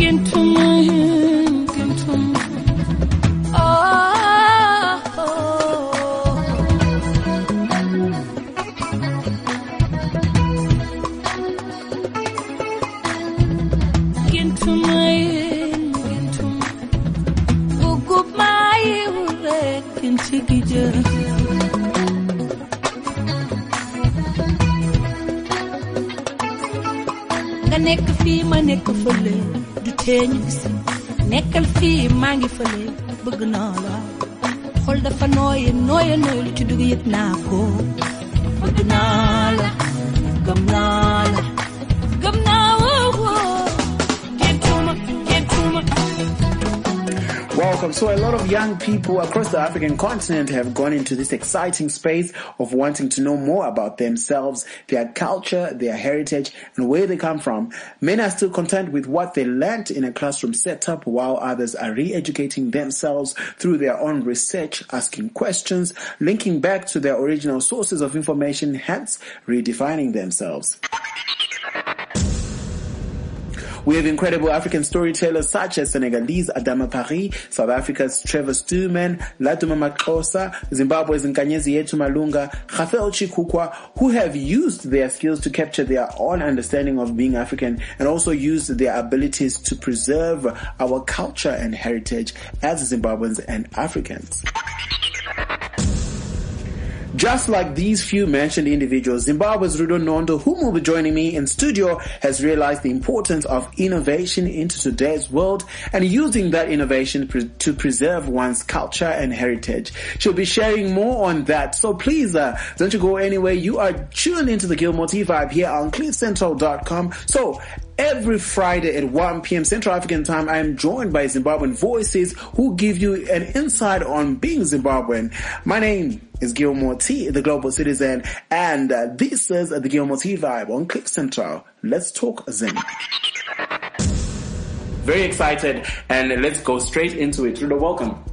into my hand, into my oh, oh. into my hand, into my gugu my ure into gija. nga nekk fii ma nekk fële du tee ñu gis nekkal fii maa ngi fële bëgg naa la xol dafa nooye nooye nooye lu ci dugg yëg naa ko bëgg naa la gëm naa la gëm naa woo gentuma gentuma Welcome. So a lot of young people across the African continent have gone into this exciting space of wanting to know more about themselves, their culture, their heritage, and where they come from. Many are still content with what they learnt in a classroom setup while others are re-educating themselves through their own research, asking questions, linking back to their original sources of information, hence redefining themselves. We have incredible African storytellers such as Senegalese Adama Paris, South Africa's Trevor Stuman, Latuma Makosa, Zimbabwe's Nkanyezi Yetu Malunga, Rafael Chikukwa, who have used their skills to capture their own understanding of being African and also used their abilities to preserve our culture and heritage as Zimbabweans and Africans. Just like these few mentioned individuals, Zimbabwe's Rudo Nondo, whom will be joining me in studio, has realized the importance of innovation into today's world and using that innovation pre- to preserve one's culture and heritage. She'll be sharing more on that, so please uh, don't you go anywhere. You are tuned into the Gilmore T Vibe here on CliffCentral.com. So Every Friday at 1 p.m. Central African time, I am joined by Zimbabwean voices who give you an insight on being Zimbabwean. My name is Gilmore T, the global citizen, and uh, this is the Gilmore T vibe on Click Central. Let's talk Zim. Very excited, and let's go straight into it. Rudo, welcome.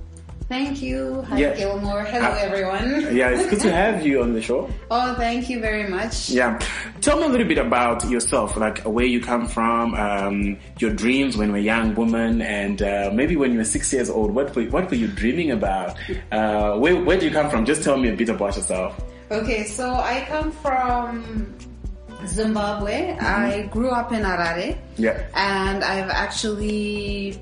Thank you. Hi, Yeah. Gilmore. Hello, Ah. everyone. Yeah, it's good to have you on the show. Oh, thank you very much. Yeah. Tell me a little bit about yourself, like uh, where you come from, um, your dreams when you were a young woman, and uh, maybe when you were six years old. What were, what were you dreaming about? Uh, where, where do you come from? Just tell me a bit about yourself. Okay, so I come from Zimbabwe. I grew up in Harare. Mm-hmm. Yeah. And I've actually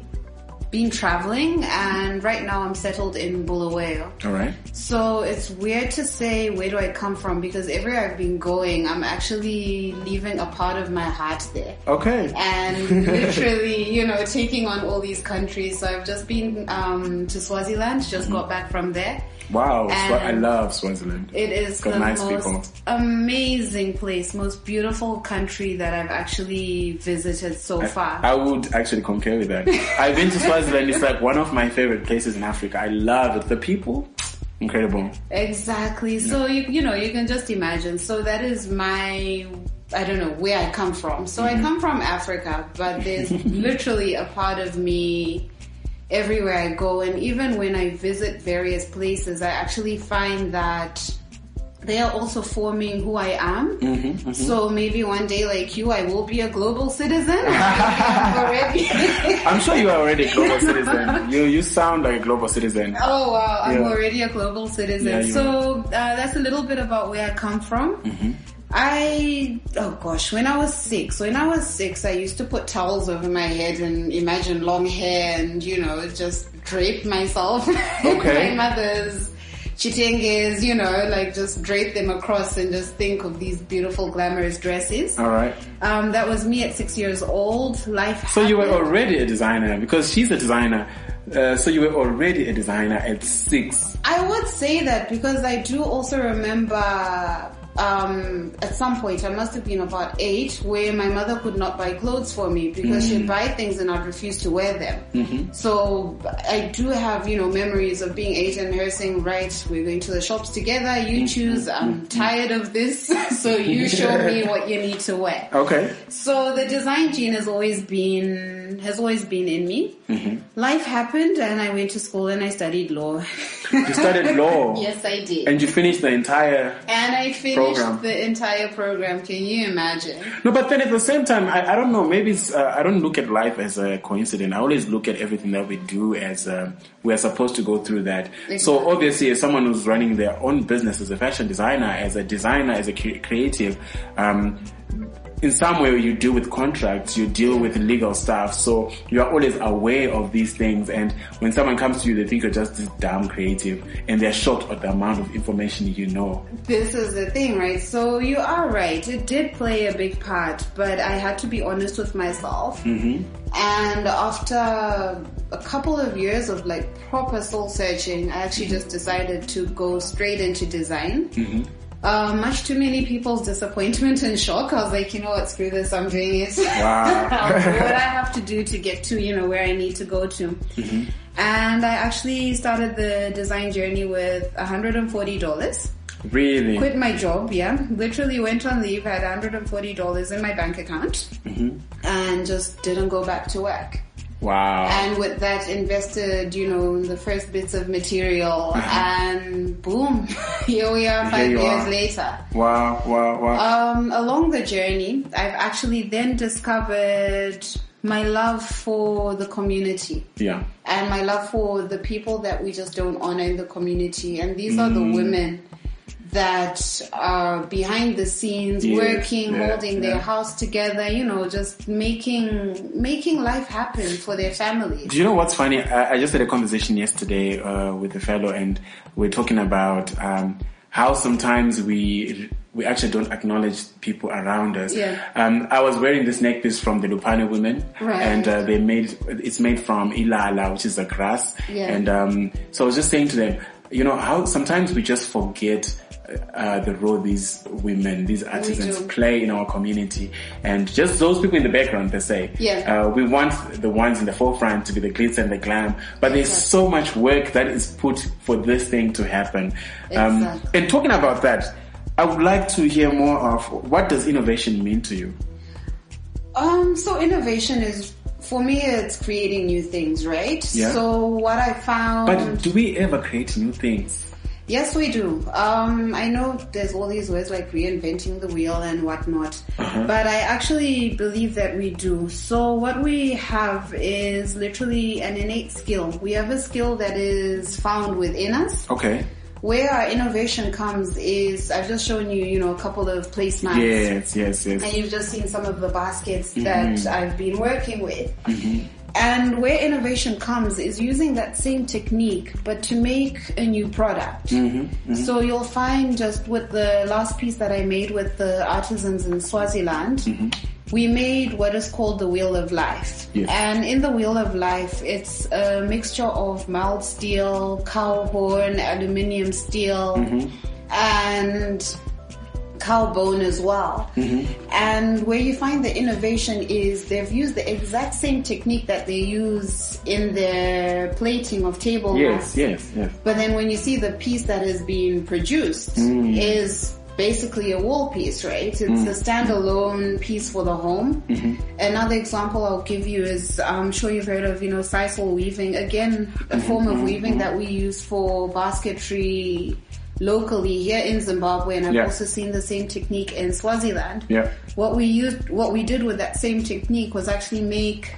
been traveling, and right now I'm settled in Bulawayo. All right. So it's weird to say where do I come from because everywhere I've been going, I'm actually leaving a part of my heart there. Okay. and literally, you know, taking on all these countries. So I've just been um, to Swaziland, Mm-hmm. just got back from there. Wow. Swa- I and- love Swaziland. It is Got the nice most people. amazing place, most beautiful country that I've actually visited so far. I would actually concur with that. I've been to Swaziland. It's like one of my favorite places in Africa. I love it. The people, incredible. exactly. So you you know you can just imagine. So that is my. I don't know where I come from. So I come from Africa, but there's literally a part of me everywhere I go. And even when I visit various places, I actually find that they are also forming who I am. So maybe one day, like you, I will be a global citizen. already. I'm sure you are already a global citizen. You you sound like a global citizen. Oh wow, I'm Yeah. already a global citizen. Yeah, you Mm-hmm. so uh, that's a little bit about where I come from. I oh gosh, when I was six, when I was six, I used to put towels over my head and imagine long hair and you know just drape myself. in Okay. my mother's chitenges, you know, like just drape them across and just think of these beautiful glamorous dresses. All right. Um, that was me at six years old. Life. So you were happened. already a designer because she's a designer. Uh, so you were already a designer at six. I would say that because I do also remember um, at some point, I must have been about eight, where my mother could not buy clothes for me because she'd buy things and I'd refuse to wear them. So I do have, you know, memories of being eight and her saying, right, we're going to the shops together, you choose, I'm tired of this, so you show me what you need to wear. Okay. So the design gene has always been has always been in me. Mm-hmm. Life happened, and I went to school and I studied law. You studied law. yes, I did. And you finished the entire. And I finished Program. the entire program. Can you imagine? No, but then at the same time, I, I don't know. Maybe it's, uh, I don't look at life as a coincidence. I always look at everything that we do as um, we are supposed to go through that. So Exactly. obviously, as someone who's running their own business as a fashion designer, as a designer, as a cre- creative, um, in some way you deal with contracts, you deal with legal stuff, so you are always aware of these things. And when someone comes to you, they think you're just this damn creative, and they're shocked at the amount of information you know. This is the thing, right? So you are right. It did play a big part, but I had to be honest with myself. Mm-hmm. And after a couple of years of like proper soul searching, I actually just decided to go straight into design. Mm-hmm. Uh, much to many people's disappointment and shock, I was like, you know what, screw this, I'm doing it. Wow. I'll do what I have to do to get to, you know, where I need to go to. And I actually started the design journey with $140 Really. quit my job, yeah. Literally went on leave, had $140 in my bank account, Mm-hmm. and just didn't go back to work. Wow. And with that invested, you know, in the first bits of material, and boom, here we are Mm-hmm. five you years are. later. Wow, wow, wow. Um, along the journey, I've actually then discovered my love for the community yeah. and my love for the people that we just don't honor in the community. And these are the Mm. women that are behind the scenes, Yeah, working, yeah, holding their yeah. house together, you know, just making, making life happen for their families. Do you know what's funny? I, I just had a conversation yesterday uh, with a fellow, and we're talking about um, how sometimes we we actually don't acknowledge people around us. Yeah. Um, I was wearing this necklace from the Lupane women, Right. and uh, they made it's made from ilala, which is a grass. Yeah. And um, so I was just saying to them, you know, how sometimes we just forget. Uh, the role these women, these artisans do. play in our community, and just those people in the background, they say, Yeah. uh, we want the ones in the forefront to be the glitz and the glam, but there's so much work that is put for this thing to happen. Um, Exactly. and talking about that, I would like to hear more of what does innovation mean to you? Um, so innovation is, for me, it's creating new things, right? Yeah. So what I found. But do we ever create new things? Yes, we do. Um, I know there's all these words like reinventing the wheel and whatnot, but I actually believe that we do. So what we have is literally an innate skill. We have a skill that is found within us. Okay. Where our innovation comes is, I've just shown you, you know, a couple of placemats. Yes, yes, And yes. Mm-hmm. you've just seen some of the baskets that I've been working with. And where innovation comes is using that same technique, but to make a new product. Mm-hmm. So you'll find just with the last piece that I made with the artisans in Swaziland, Mm-hmm. we made what is called the Wheel of Life. Yes. And in the Wheel of Life, it's a mixture of mild steel, cow horn, aluminium steel, and cow bone as well. And where you find the innovation is they've used the exact same technique that they use in their plating of table Yes, yes, yes. but then when you see the piece that is being produced Mm. is basically a wall piece, right? It's a standalone piece for the home. Mm-hmm. Another example I'll give you is I'm sure you've heard of, you know, sisal weaving. Again, Mm-hmm. a form of weaving that we use for basketry locally here in Zimbabwe and I've Yeah. also seen the same technique in Swaziland. Yeah. What we used what we did with that same technique was actually make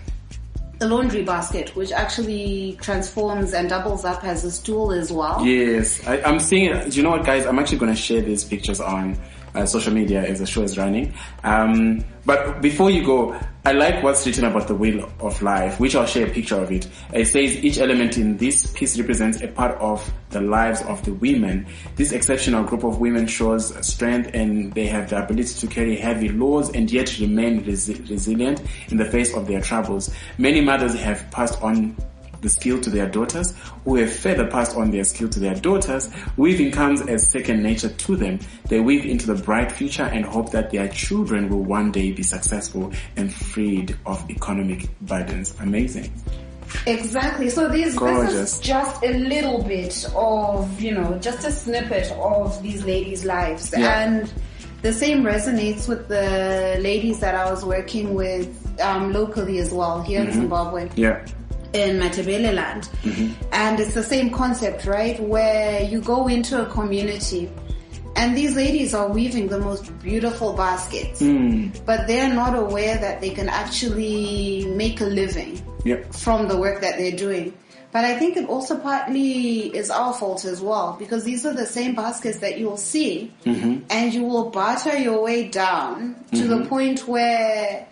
a laundry basket, which actually transforms and doubles up as a stool as well. Yes, I, I'm seeing. Do you know what, guys? I'm actually going to share these pictures on uh, social media as the show is running. Um, but before you go, I like what's written about the wheel of life, which I'll share a picture of it. It says each element in this piece represents a part of the lives of the women. This exceptional group of women shows strength, and they have the ability to carry heavy loads and yet remain resi- resilient in the face of their troubles. Many mothers have passed on the skill to their daughters, who have further passed on their skill to their daughters, weaving comes as second nature to them. They weave into the bright future and hope that their children will one day be successful and freed of economic burdens. Amazing. Exactly. So these, this Gorgeous. is just a little bit of, you know, just a snippet of these ladies' lives. Yeah. And the same resonates with the ladies that I was working with um, locally as well here Mm-hmm. in Zimbabwe Yeah. in Matabele land. And it's the same concept, right? Where you go into a community and these ladies are weaving the most beautiful baskets, but they're not aware that they can actually make a living Yeah. from the work that they're doing. But I think it also partly is our fault as well because these are the same baskets that you'll see Mm-hmm. and you will barter your way down to the point where,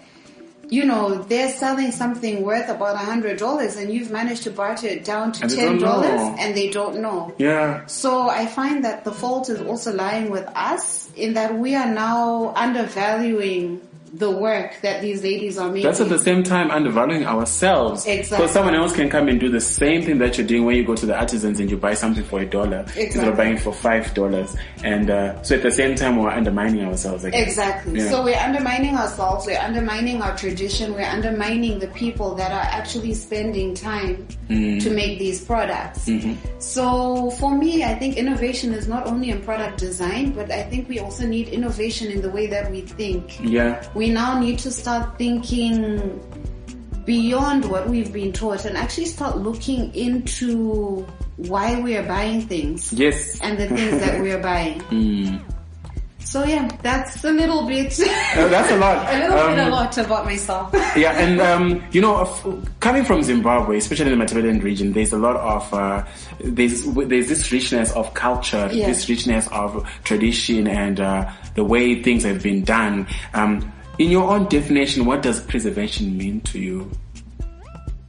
you know, they're selling something worth about $100 and you've managed to barter it down to And they don't $10 know. and they don't know. Yeah. So I find that the fault is also lying with us in that we are now undervaluing the work that these ladies are making. That's at the same time undervaluing ourselves. Exactly. Because someone else can come and do the same thing that you're doing when you go to the artisans and you buy something for a dollar instead Exactly. of buying it for five dollars. And uh, so at the same time we're undermining ourselves. I guess. Exactly. Yeah. So we're undermining ourselves, we're undermining our tradition, we're undermining the people that are actually spending time to make these products. So for me, I think innovation is not only in product design, but I think we also need innovation in the way that we think. yeah. We now need to start thinking beyond what we've been taught and actually start looking into why we are buying things Yes. Hmm. and the things that we are buying. So yeah, that's a little bit. Oh, that's a lot. a little bit Um, a lot about myself. yeah, and um, you know, f- coming from Zimbabwe, especially in the Matabeleland region, there's a lot of uh, there's there's this richness of culture, Yeah. this richness of tradition, and uh, the way things have been done. Um, in your own definition, what does preservation mean to you?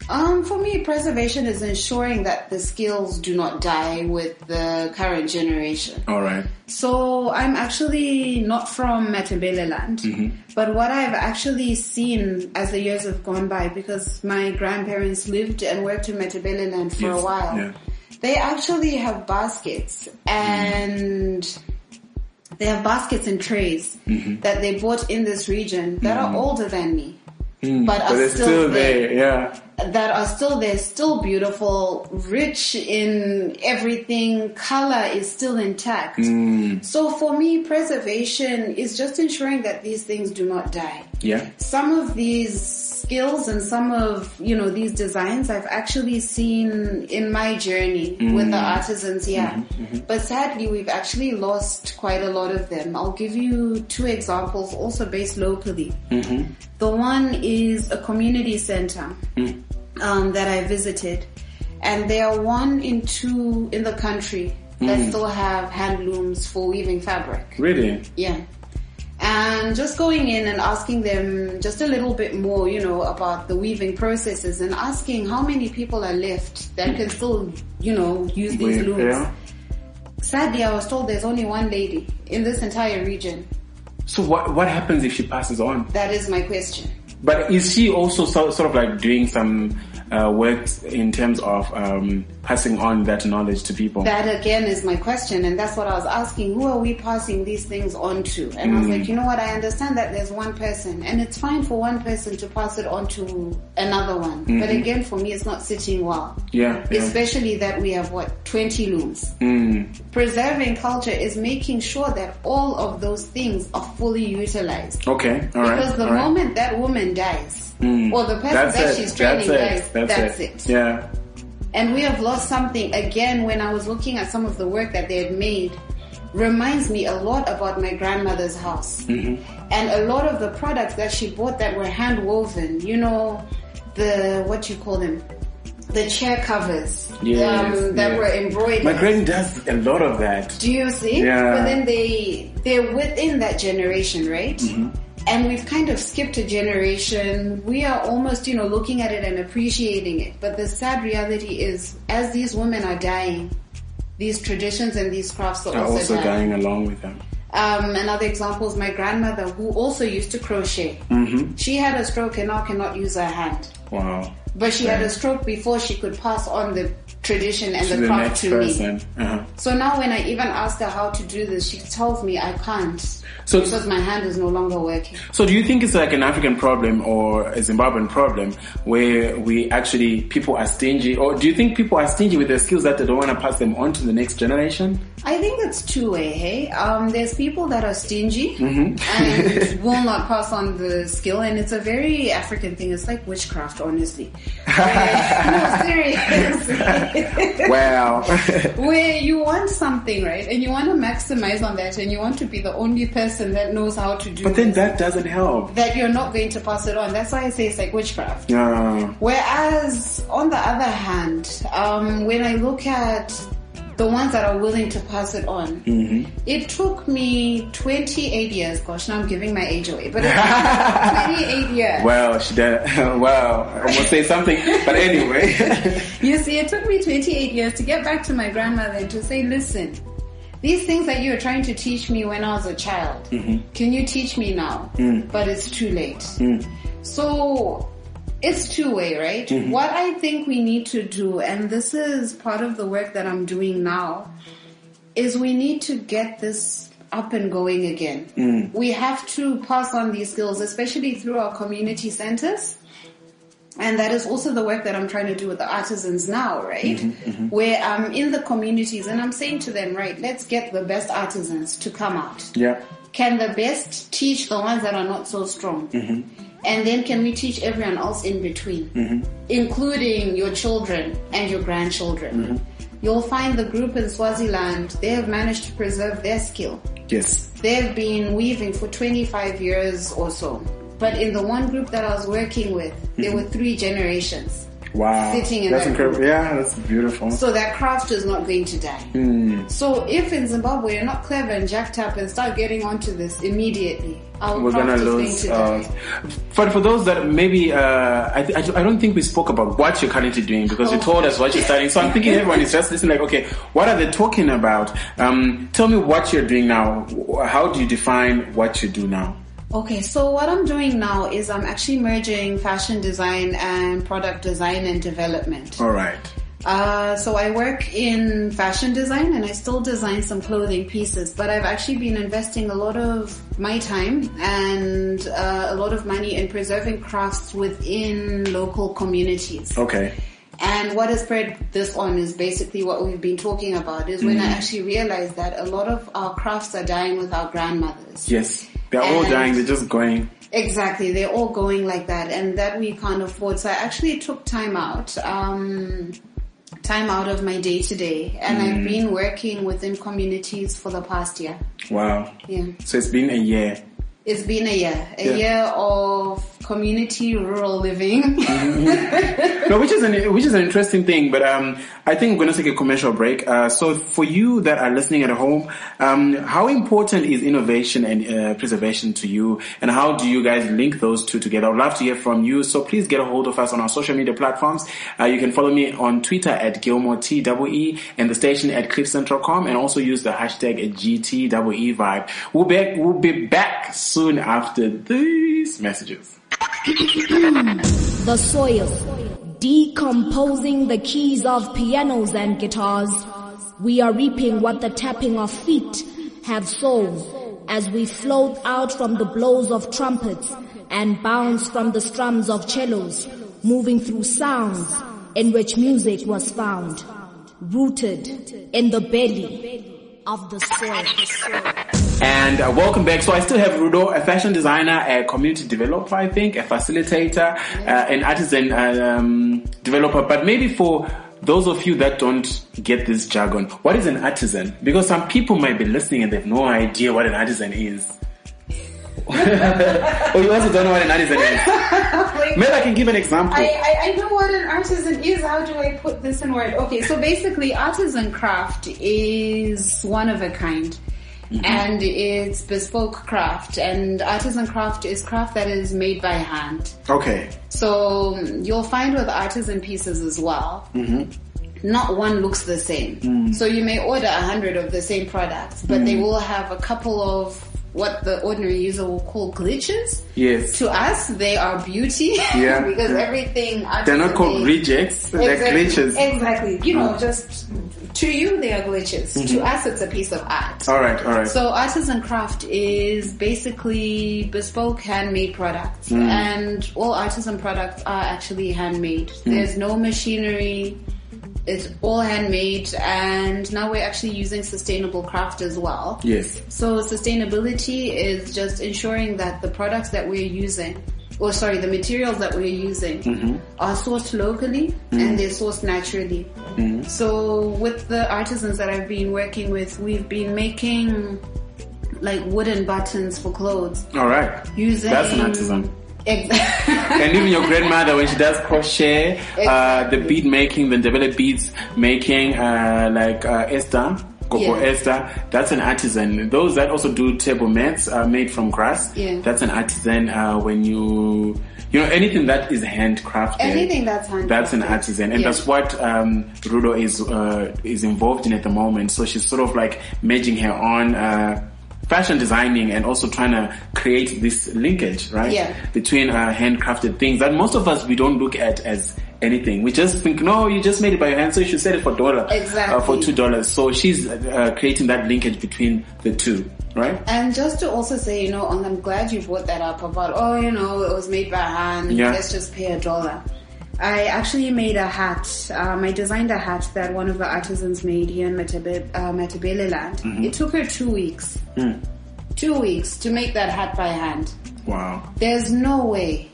Um, for me, preservation is ensuring that the skills do not die with the current generation. All right, So I'm actually not from Matabeleland, but what I've actually seen as the years have gone by, because my grandparents lived and worked in Matabeleland for Yes, a while, yeah. they actually have baskets and they have baskets and trays that they bought in this region that are older than me, Mm. but are but it's still, still there there. Yeah, that are still there, still beautiful, rich in everything, color is still intact. So for me, preservation is just ensuring that these things do not die. yeah. Some of these skills and some of, you know, these designs I've actually seen in my journey with the artisans here. But sadly, we've actually lost quite a lot of them. I'll give you two examples also based locally. The one is a community center um, that I visited, and they are one in two in the country that still have hand looms for weaving fabric. Really? Yeah. And just going in and asking them just a little bit more, you know, about the weaving processes and asking how many people are left that can still, you know, use these Wait, looms. yeah. Sadly, I was told there's only one lady in this entire region. So what what happens if she passes on? That is my question. But is she also so, sort of like doing some uh, work in terms of um, passing on that knowledge to people? That again is my question, and that's what I was asking. Who are we passing these things on to? And I was Mm. like, you know what? I understand that there's one person, and it's fine for one person to pass it on to another one. But again, for me, it's not sitting well. Mm-hmm. yeah, yeah. Especially that we have what 20 looms. Mm, Preserving culture is making sure that all of those things are fully utilized. okay, Oh, all right. Because the all right. Mm. moment that woman dies, or the person that's that it. she's training that's it. dies, That's, it. Yeah, and we have lost something again when I was looking at some of the work that they had made. Reminds me a lot about my grandmother's house. And a lot of the products that she bought that were hand woven, you know, the, what you call them? The chair covers Yes, um, that yes. were embroidered. my granny does a lot of that. Do you see? Yeah. But then they they're within that generation, right? Mm-hmm. And we've kind of skipped a generation. We are almost, you know, looking at it and appreciating it. But the sad reality is, as these women are dying, these traditions and these crafts are Are also, also dying. going along with them. Um, another example is my Mm-hmm. grandmother, who also used to crochet. She had a stroke and now cannot use her hand. Wow. But she had a stroke before she could pass on the tradition and to the the craft next to me. person. Uh-huh. So now when I even asked her how to do this, she tells me I can't So- because my hand is no longer working. So do you think it's like an African problem or a Zimbabwean problem where we actually, people are stingy or do you think people are stingy with their skills that they don't want to pass them on to the next generation? I think it's two way, hey? Um, there's people that are stingy Mm-hmm. and will not pass on the skill, and it's a very African thing. It's like witchcraft, honestly. Where- no, seriously. Wow. Where you want something, right? And you want to maximize on that, and you want to be the only person that knows how to do but then this, that doesn't help. that you're not going to pass it on. That's why I say it's like witchcraft. Yeah. Whereas, on the other hand, um, when I look at the ones that are willing to pass it on, it took me 28 years. Gosh, now I'm giving my age away, but it took me 28 years. Well, she did. Wow, I was gonna say something, but anyway. You see, it took me 28 years to get back to my grandmother and to say, listen, these things that you were trying to teach me when I was a child, can you teach me now? But it's too late. So it's two way, right? What I think we need to do, and this is part of the work that I'm doing now, is we need to get this up and going again. We have to pass on these skills, especially through our community centers. And that is also the work that I'm trying to do with the artisans now, right? Where I'm in the communities and I'm saying to them, right, let's get the best artisans to come out. yeah. Can the best teach the ones that are not so strong? Mm-hmm. And then can we teach everyone else in between, including your children and your grandchildren? Mm-hmm. You'll find the group in Swaziland, they have managed to preserve their skill. Yes. They've been weaving for 25 years or so. But in the one group that I was working with, there were three generations. Mm-hmm. Wow. Sitting in that's that incredible. Yeah, that's beautiful. So that craft is not going to die. Hmm. So if in Zimbabwe you're not clever and jacked up and start getting onto this immediately, our We're craft gonna is lose. Uh, going to die. but for those that maybe, uh, I, th- I th- I don't think we spoke about what you're currently doing because you Oh. told us what you're studying. So I'm thinking everyone is just listening. Like, okay, what are they talking about? Um, tell me what you're doing now. W- How do you define what you do now? Okay, so what I'm doing now is I'm actually merging fashion design and product design and development. All right. Uh, so I work in fashion design and I still design some clothing pieces, but I've actually been investing a lot of my time and uh, a lot of money in preserving crafts within local communities. Okay. And what has spread this on is basically what we've been talking about is when I actually realized that a lot of our crafts are dying with our grandmothers. Yes. They're all And- dying. They're just going. Exactly, they're all going like that, and that we can't afford. So I actually took time out, um, time out of my day to day, and I've been working within communities for the past year. Wow. Yeah, So it's been a year. it's been a year, a Yeah. year of community rural living. No, which is an which is an interesting thing, but um, I think we're going to take a commercial break. Uh, so for you that are listening at home, um, how important is innovation and uh, preservation to you, and how do you guys link those two together? I'd love to hear from you. So please get a hold of us on our social media platforms. Uh, you can follow me on Twitter at Gilmore TWE and the station at CliffCentral.com, and also use the hashtag GTWE E vibe. We'll be we'll be back soon after these messages. the soil, decomposing the keys of pianos and guitars. We are reaping what the tapping of feet have sown as we float out from the blows of trumpets and bounce from the strums of cellos, moving through sounds in which music was found, rooted in the belly of the soil. And uh, welcome back. So I still have Rudo, a fashion designer, a community developer, I think, a facilitator, uh, an artisan uh, um, developer. But maybe for those of you that don't get this jargon, what is an artisan? Because some people might be listening and they have no idea what an artisan is. or you also don't know what an artisan is. Maybe I can give an example. I, I, I know what an artisan is. How do I put this in word? Okay, so basically, artisan craft is one of a kind. And it's bespoke craft, and artisan craft is craft that is made by hand. okay. So um, you'll find with artisan pieces as well, Mm-hmm. not one looks the Mm. same. So you may order a hundred of the same products, but they will have a couple of what the ordinary user will call glitches. Yes. To us, they are beauty. Yeah, because yeah. everything. They're not called artistically- rejects, they're glitches. Mm. Exactly. You know, just to you they are glitches. Mm-hmm. To us it's a piece of art. All right, all right. So artisan craft is basically bespoke handmade products and all artisan products are actually handmade. There's no machinery. It's all handmade and now we're actually using sustainable craft as well. yes. So sustainability is just ensuring that the products that we're using, or sorry, the materials that we're using Mm-hmm. are sourced locally and they're sourced naturally. Mm-hmm. So with the artisans that I've been working with, we've been making like wooden buttons for clothes All right. using. That's an artisan. Exactly. And even your grandmother, when she does crochet, uh, the bead making, the Ndebele beads making, uh, like uh, Esther, Coco Yeah. Esther, that's an artisan. Those that also do table mats uh, made from grass, Yeah. that's an artisan. Uh, when you, you know, anything that is handcrafted, Anything that's handcrafted. that's an artisan, and Yeah. that's what um, Rudo is uh, is involved in at the moment. So she's sort of like merging her own uh, fashion designing and also trying to create this linkage, right? Yeah. Between uh, handcrafted things that most of us we don't look at as anything. We just think, no, you just made it by your hand, so you should sell it for dollar, Exactly. uh, for two dollars. So she's uh, creating that linkage between the two, right? And just to also say, you know, and I'm glad you brought that up about, oh, you know, it was made by hand. Yeah. Let's just pay a dollar. I actually made a hat. Um, I designed a hat that one of the artisans made here in Matabele, uh, Matabele land. Mm-hmm. It took her two weeks. Hmm. Two weeks to make that hat by hand. Wow. There's no way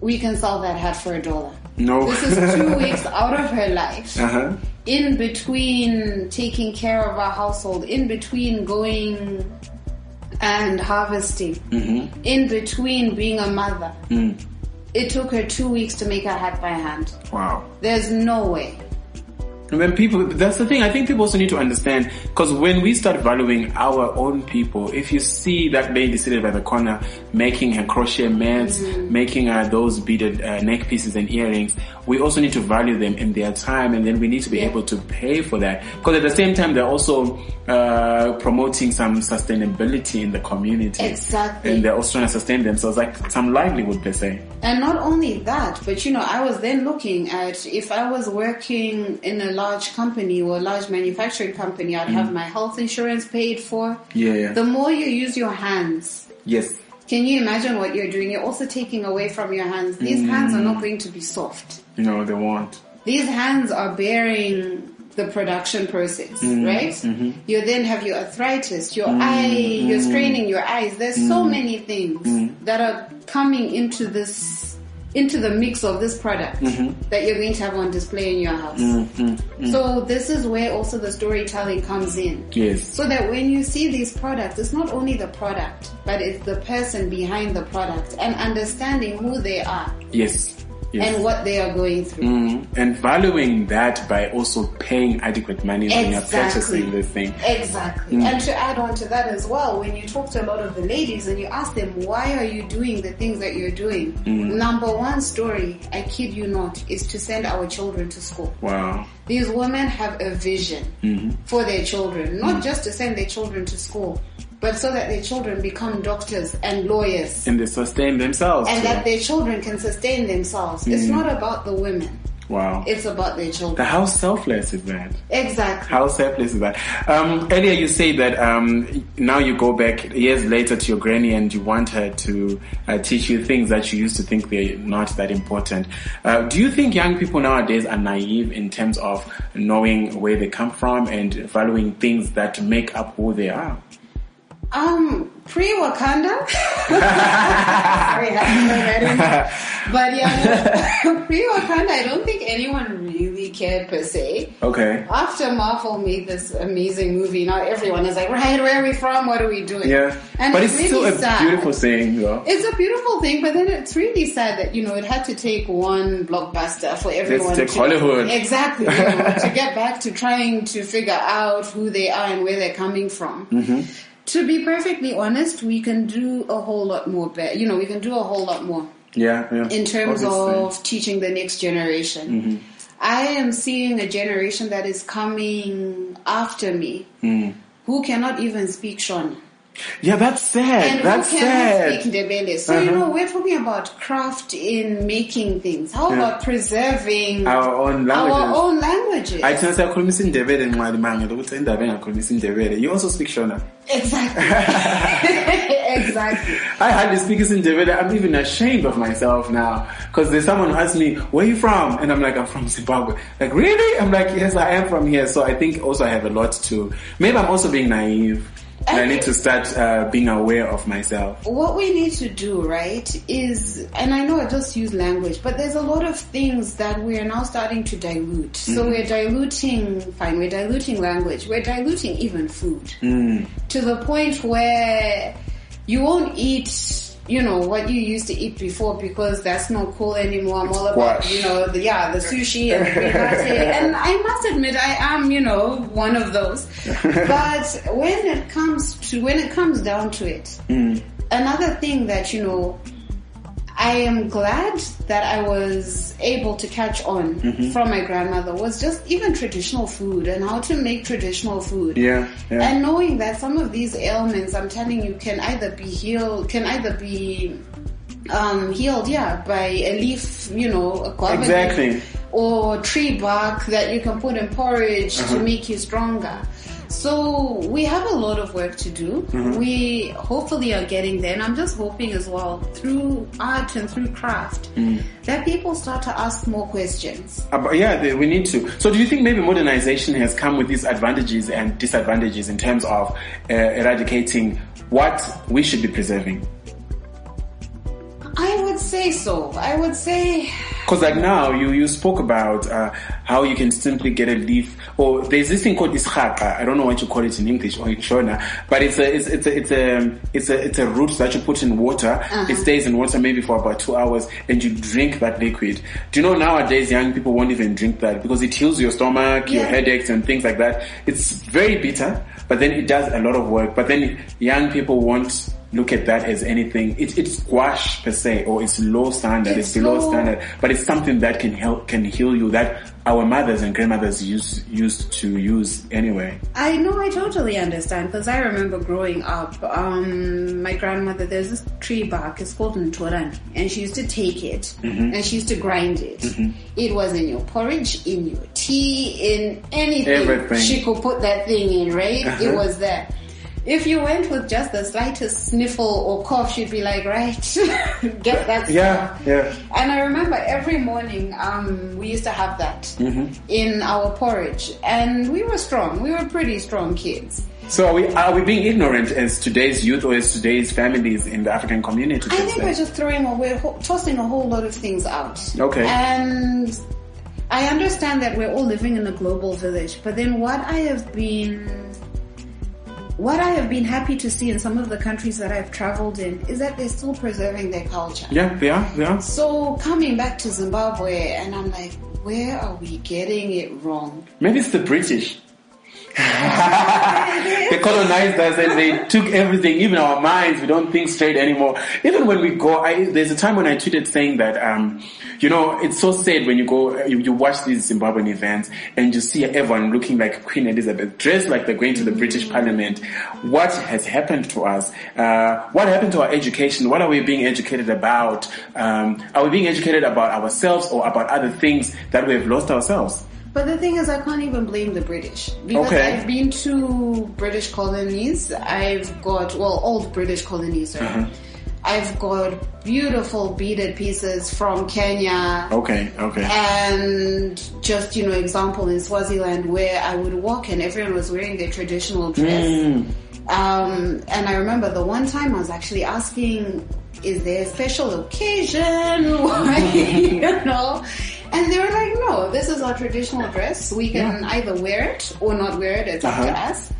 we can sell that hat for a dollar. No. This is two weeks out of her life Uh-huh. in between taking care of our household, in between going and harvesting, Mm-hmm. in between being a mother. Mm. It took her two weeks to make a hat by hand. Wow. There's no way. And When people, that's the thing. I think people also need to understand because when we start valuing our own people, if you see that lady sitting by the corner making her crochet mats, Mm-hmm. making uh, those beaded uh, neck pieces and earrings, we also need to value them in their time, and then we need to be able to pay for that. Because at the same time, they're also uh, promoting some sustainability in the community, Exactly. and they're also trying to sustain themselves, like some livelihood per se. And not only that, but you know, I was then looking at if I was working in a large company or a large manufacturing company, I'd have my health insurance paid for. Mm. Yeah, yeah. The more you use your hands, Yes. Can you imagine what you're doing? You're also taking away from your hands. These Mm. hands are not going to be soft. You know they want. These hands are bearing the production process, Mm-hmm. right? You then have your arthritis, your eye, you're straining your eyes. There's so Mm-hmm. many things that are coming into this, into the mix of this product Mm-hmm. that you're going to have on display in your house. So this is where also the storytelling comes in. Yes. So that when you see these products, it's not only the product, but it's the person behind the product and understanding who they are Yes. Yes. and what they are going through. Mhm. And valuing that by also paying adequate money when you're Exactly. purchasing this thing. Mm. Exactly. And to add on to that as well, when you talk to a lot of the ladies and you ask them, why are you doing the things that you're doing? Mm. Number one story, I kid you not, is to send our children to school. Wow. These women have a vision Mm-hmm. for their children, Mm. not just to send their children to school, but so that their children become doctors and lawyers. And they sustain themselves. and too. that their children can sustain themselves. It's Mm. not about the women. wow. It's about their The- children. How selfless is that? Exactly. How selfless is that? Um, earlier you say that um, now you go back years later to your granny and you want her to uh, teach you things that you used to think they're not that important. Uh, do you think young people nowadays are naive in terms of knowing where they come from and valuing things that make up who they are? Um, pre Wakanda. Sorry, I didn't know that in there. but yeah, pre Wakanda, I don't think anyone really cared per se. Okay. After Marvel made this amazing movie, now everyone is like, right, where are we from? What are we doing? Yeah. And but it's, it's really still a sad. beautiful thing, though. It's a beautiful thing, but then it's really sad that you know it had to take one blockbuster for everyone. take to, Hollywood. exactly you know, to get back to trying to figure out who they are and where they're coming from. Mm-hmm. To be perfectly honest, we can do a whole lot more. Better, you know, we can do a whole lot more Yeah, yeah. in terms Obviously. Mm-hmm. of teaching the next generation. I am seeing a Mm. generation that is coming after me who cannot even speak Shona. Yeah, that's sad. And that's who sad. Uh-huh. can speak Ndebele? So you know, we're talking about craft in making things. How about preserving Our own Our languages. own languages. I think I call missing David and my man. I call missing David. You also speak Shona. exactly. exactly. I hardly speak in David. I'm even ashamed of myself now because there's someone who asked me, where you from? And I'm like, I'm from Zimbabwe. Like, really? I'm like, yes, I am from here. So I think also I have a lot to, maybe I'm also being naive. And I need to start uh, being aware of myself. What we need to do, right, is, and I know I just use language, but there's a lot of things that we are now starting to dilute. So we're diluting, fine, we're diluting language, we're diluting even food to the point where you won't eat, you know, what you used to eat before because that's not cool anymore. I'm all about, squash. you know, the, yeah, the sushi and the frittata. and I must admit, I am, you know, one of those. but when it comes to, when it comes down to it, another thing that, you know, I am glad that I was able to catch on from my grandmother was just even traditional food and how to make traditional food. Yeah, yeah. And knowing that some of these ailments, I'm telling you, can either be healed, can either be um, healed, yeah, by a leaf, you know, a guava Exactly. leaf or tree bark that you can put in porridge Uh-huh. to make you stronger. So we have a lot of work to do. Mm-hmm. We hopefully are getting there, and I'm just hoping as well through art and through craft Mm. that people start to ask more questions. Uh, but yeah, they, we need to. So do you think maybe modernization has come with these advantages and disadvantages in terms of uh, eradicating what we should be preserving? I would say so. I would say Because like now, you, you spoke about uh, how you can simply get a leaf, or there's this thing called ishaka. I don't know what you call it in English or in Shona, but it's a it's it's a, it's a it's a it's a root that you put in water. It stays in water maybe for about two hours, and you drink that liquid. Do you know nowadays young people won't even drink that because it heals your stomach, your Yeah. headaches, and things like that. It's very bitter, but then it does a lot of work. But then young people won't. Look at that as anything. It, it's gouache per se, or it's low standard. It's, It's below low. standard but it's something that can help can heal you that our mothers and grandmothers used used to use anyway. I know I totally understand because I remember growing up, um, my grandmother, there's this tree bark, it's called Ntoran, and she used to take it and she used to grind it. It was in your porridge, in your tea, in anything. Everything. She could put that thing in, right? It was there. If you went with just the slightest sniffle or cough, she'd be like, right, get that Yeah, stuff. yeah. And I remember every morning um, we used to have that Mm-hmm. in our porridge, and we were strong. We were pretty strong kids. So are we are we being ignorant as today's youth or as today's families in the African community? per I think se? we're just throwing away, ho- tossing a whole lot of things out. Okay. And I understand that we're all living in a global village, but then what I have been. What I have been happy to see in some of the countries that I've traveled in is that they're still preserving their culture. yeah, they are, they are. So coming back to Zimbabwe, and I'm like, where are we getting it wrong? Maybe it's the British. they colonized us and they took everything, even our minds. We don't think straight anymore. Even when we go, I, there's a time when I tweeted saying that, um, you know, it's so sad when you go, you, you watch these Zimbabwean events and you see everyone looking like Queen Elizabeth, dressed like they're going to the British Parliament. What has happened to us? Uh, what happened to our education? What are we being educated about? Um, are we being educated about ourselves or about other things that we have lost ourselves? But the thing is, I can't even blame the British because Okay. I've been to British colonies. I've got well, old British colonies. Right? I've got beautiful beaded pieces from Kenya. Okay, okay. And just, you know, example in Swaziland where I would walk and everyone was wearing their traditional dress. Um, and I remember the one time I was actually asking, is there a special occasion? Why, you know? And they were like, no, this is our traditional dress. We can either wear it or not wear it. It's up to Uh-huh. us.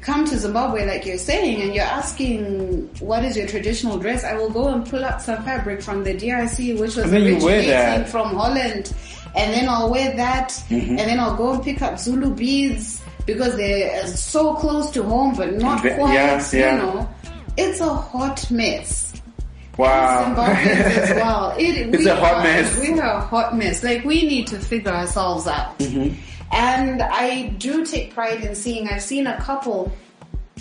Come to Zimbabwe, like you're saying, and you're asking, what is your traditional dress? I will go and pull up some fabric from the DRC, which was And then you wear originating that. Mm-hmm. from Holland, and then I'll wear that, and then I'll go and pick up Zulu beads because they're uh, so close to home, but not Ve- quite. yeah, yeah. You know, it's a hot mess. Wow. Zimbabweans as well. It, It's we a hot are, mess. We are a hot mess. Like we need to figure ourselves Mm-hmm. out. And I do take pride in seeing. I've seen a couple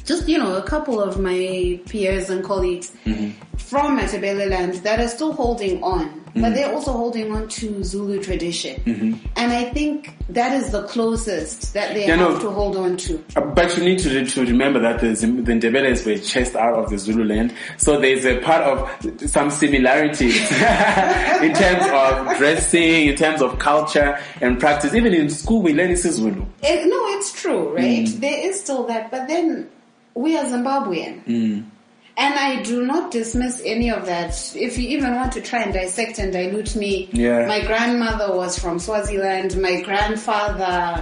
just you know a couple of my peers and colleagues Mm-hmm. from Matabele land that are still holding on, but they're also holding on to Zulu tradition, Mm-hmm. and I think that is the closest that they Yeah, no. have to hold on to. Uh, But you need to, to remember that the, Zim- the Ndebeles were chased out of the Zululand, so there's a part of some similarities in terms of dressing, in terms of culture and practice. Even in school, we learn isiZulu. It, no, it's true, right? Mm. There is still that, but then we are Zimbabwean. Mm. And I do not dismiss any of that. If you even want to try and dissect and dilute me, Yeah. my grandmother was from Swaziland, my grandfather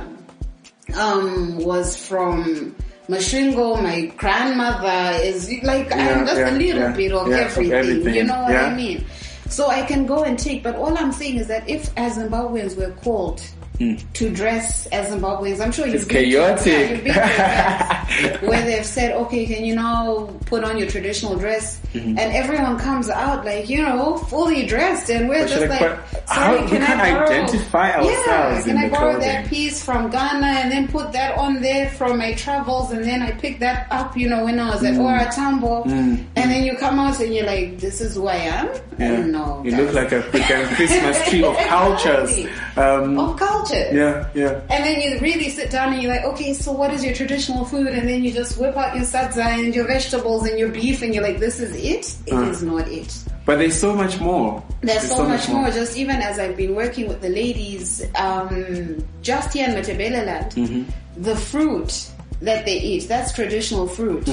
um, was from Mashingo, my grandmother is like Yeah, I'm just yeah, a little yeah, bit of yeah, of everything, everything, You know what yeah. I mean? So I can go and take, but all I'm saying is that if as Zimbabweans we're called Mm. to dress as Zimbabweans, I'm sure you've been to- chaotic. yeah, you've been to events where they've said, okay, can you now put on your traditional dress? Mm-hmm. And everyone comes out like, you know, fully dressed and we're But just you're like, like, but how- sorry, we can can't I borrow? identify yeah, ourselves can in I the borrow clothing. that piece from Ghana and then put that on there from my travels and then I picked that up, you know, when I was at Mm. Oratambo. And then you come out and you're like, this is who I am? Yeah. And no. you look guys. like a freaking Christmas tree of cultures. Um, of culture. yeah, yeah. And then you really sit down and you're like, okay, so what is your traditional food? And then you just whip out your sadza and your vegetables and your beef and you're like, this is it? It is not it. But there's so much more. Mm. There's so, much more. Just even as I've been working with the ladies, um, just here in Matabeleland, the fruit that they eat, that's traditional fruit.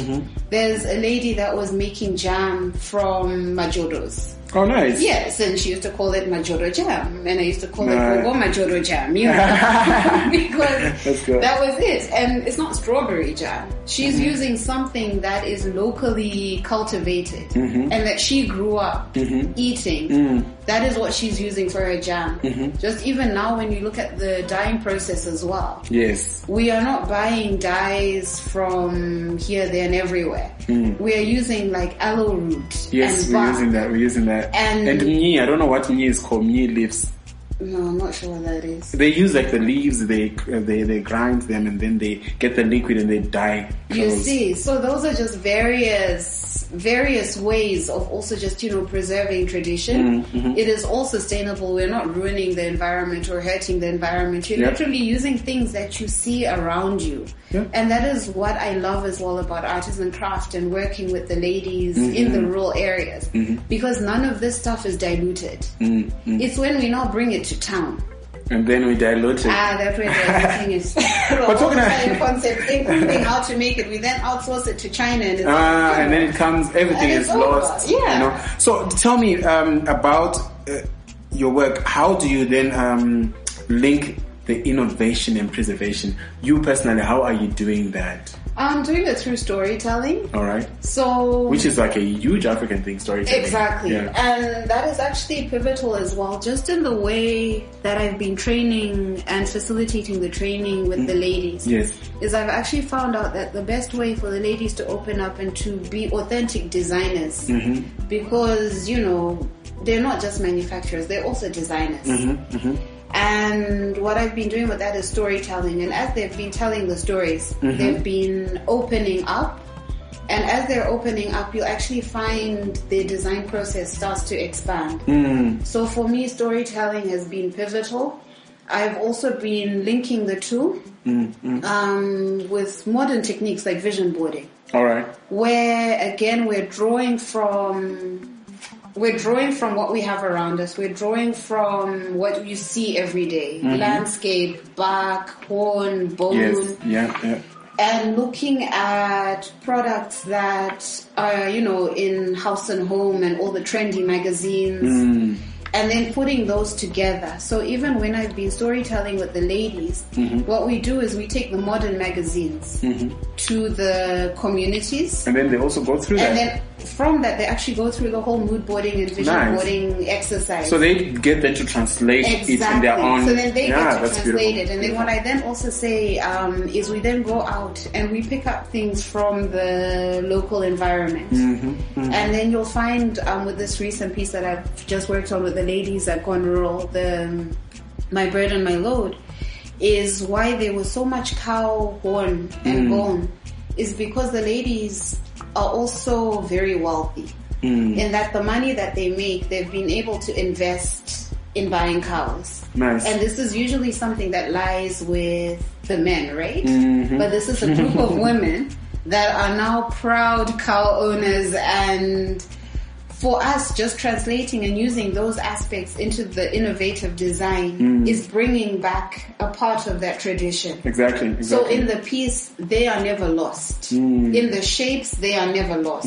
There's a lady that was making jam from majodos. Oh, nice. Yes, and she used to call it Majoro Jam, and I used to call Right. it Gogo Majoro Jam, you know, That's because good. Mm-hmm. that was it. And it's not strawberry jam. She's using something that is locally cultivated Mm-hmm. and that she grew up eating. Mm. That is what she's using for her jam. Mm-hmm. Just even now, when you look at the dyeing process as well, Yes. we are not buying dyes from here, there, and everywhere. We are using like aloe root. Mm. Yes, and we're bark. using that. We're using that. And- and mnyi, I don't know what mnyi is called. Mnyi leaves. No, I'm not sure what that is. They use like the leaves. They uh, they they grind them and then they get the liquid and they dye. You clothes. see, so those are just various various ways of also just you know preserving tradition. It is all sustainable. We're not ruining the environment or hurting the environment. You're Yeah. literally using things that you see around you, Yeah. and that is what I love as well about artisan craft and working with the ladies in the rural areas because none of this stuff is diluted. It's when we now bring it to town. And then we dilute it. Ah, that way everything is. But talking the about- entire concept, including how to make it, we then outsource it to China, and it's Ah, and then it comes, everything And is it's over, lost. yeah. You know? So tell me um, about uh, your work. How do you then um, link the innovation and preservation? You personally, how are you doing that? I'm doing it through storytelling. All right, So which is like a huge African thing, storytelling. Exactly. Yeah. And that is actually pivotal as well, just in the way that I've been training and facilitating the training with the ladies. Yes. Is I've actually found out that the best way for the ladies to open up and to be authentic designers, Mm-hmm. because, you know, they're not just manufacturers, they're also designers. Mm-hmm. And what I've been doing with that is storytelling. And as they've been telling the stories, they've been opening up. And as they're opening up, you'll actually find the design process starts to expand. So for me, storytelling has been pivotal. I've also been linking the 2 Um, with modern techniques like vision boarding All right. where again we're drawing from we're drawing from what we have around us. We're drawing from what you see every day. Landscape, bark, horn, bone Yes. Mm. Yeah. yeah. and looking at products that are, you know, in House and Home and all the trendy magazines, and then putting those together. So even when I've been storytelling with the ladies, what we do is we take the modern magazines to the communities. And then they also go through And that. then from that, they actually go through the whole mood boarding and vision Nice. boarding exercise. so they get them to translate it in their own. So then they yeah, get to that's translate beautiful. it. And then what I then also say um, is we then go out and we pick up things from the local environment. And then you'll find um, with this recent piece that I've just worked on with the ladies at Gone Rural, the um, My Bread and My Load, is why there was so much cow horn and bone is because the ladies are also very wealthy in that the money that they make, they've been able to invest in buying cows. Nice. And this is usually something that lies with the men, right? But this is a group of women that are now proud cow owners and for us, just translating and using those aspects into the innovative design is bringing back a part of that tradition. Exactly. exactly. Hmm. So in the piece, they are never lost. In the shapes, they are never lost.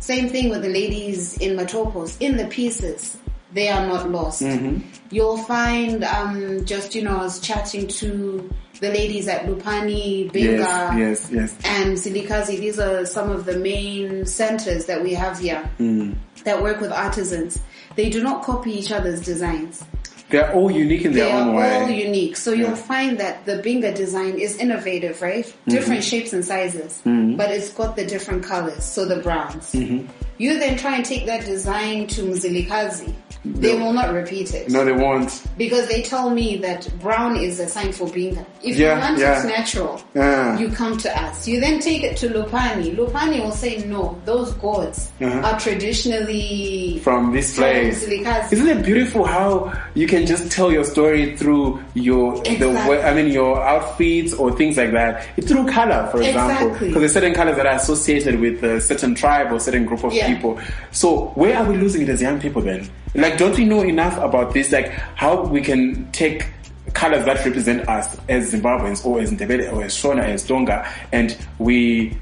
Same thing with the ladies in Matopos. In the pieces, they are not lost. Mm-hmm. You'll find, um, just, you know, I was chatting to the ladies at Lupani, Benga, yes, yes, yes. and Silikazi. These are some of the main centers that we have here Hmm. that work with artisans. They do not copy each other's designs. They're all unique in their They own are way. all unique. So Yeah. Mm-hmm. you'll find that the Binga design is innovative, right? Different shapes and sizes, but it's got the different colors, so the browns. Mm-hmm. You then try and take that design to Mzilikazi. They will not repeat it No, they won't. because they tell me that brown is a sign for Binga. If Yeah, you want yeah. it's natural, Yeah. you come to us. You then take it to Lupani. Lupani will say, no, those gods Uh-huh. are traditionally From this from place. Mzilikazi. Isn't it beautiful how you can just tell your story through your the way, Exactly. I mean your outfits or things like that It's through color, for example, Exactly. because there's certain colors that are associated with a certain tribe or certain group of Yeah. people. So where are we losing it as young people then? Like, don't we know enough about this? Like, how we can take colors that represent us as Zimbabweans or as Ndebele or as Shona as Tonga, and we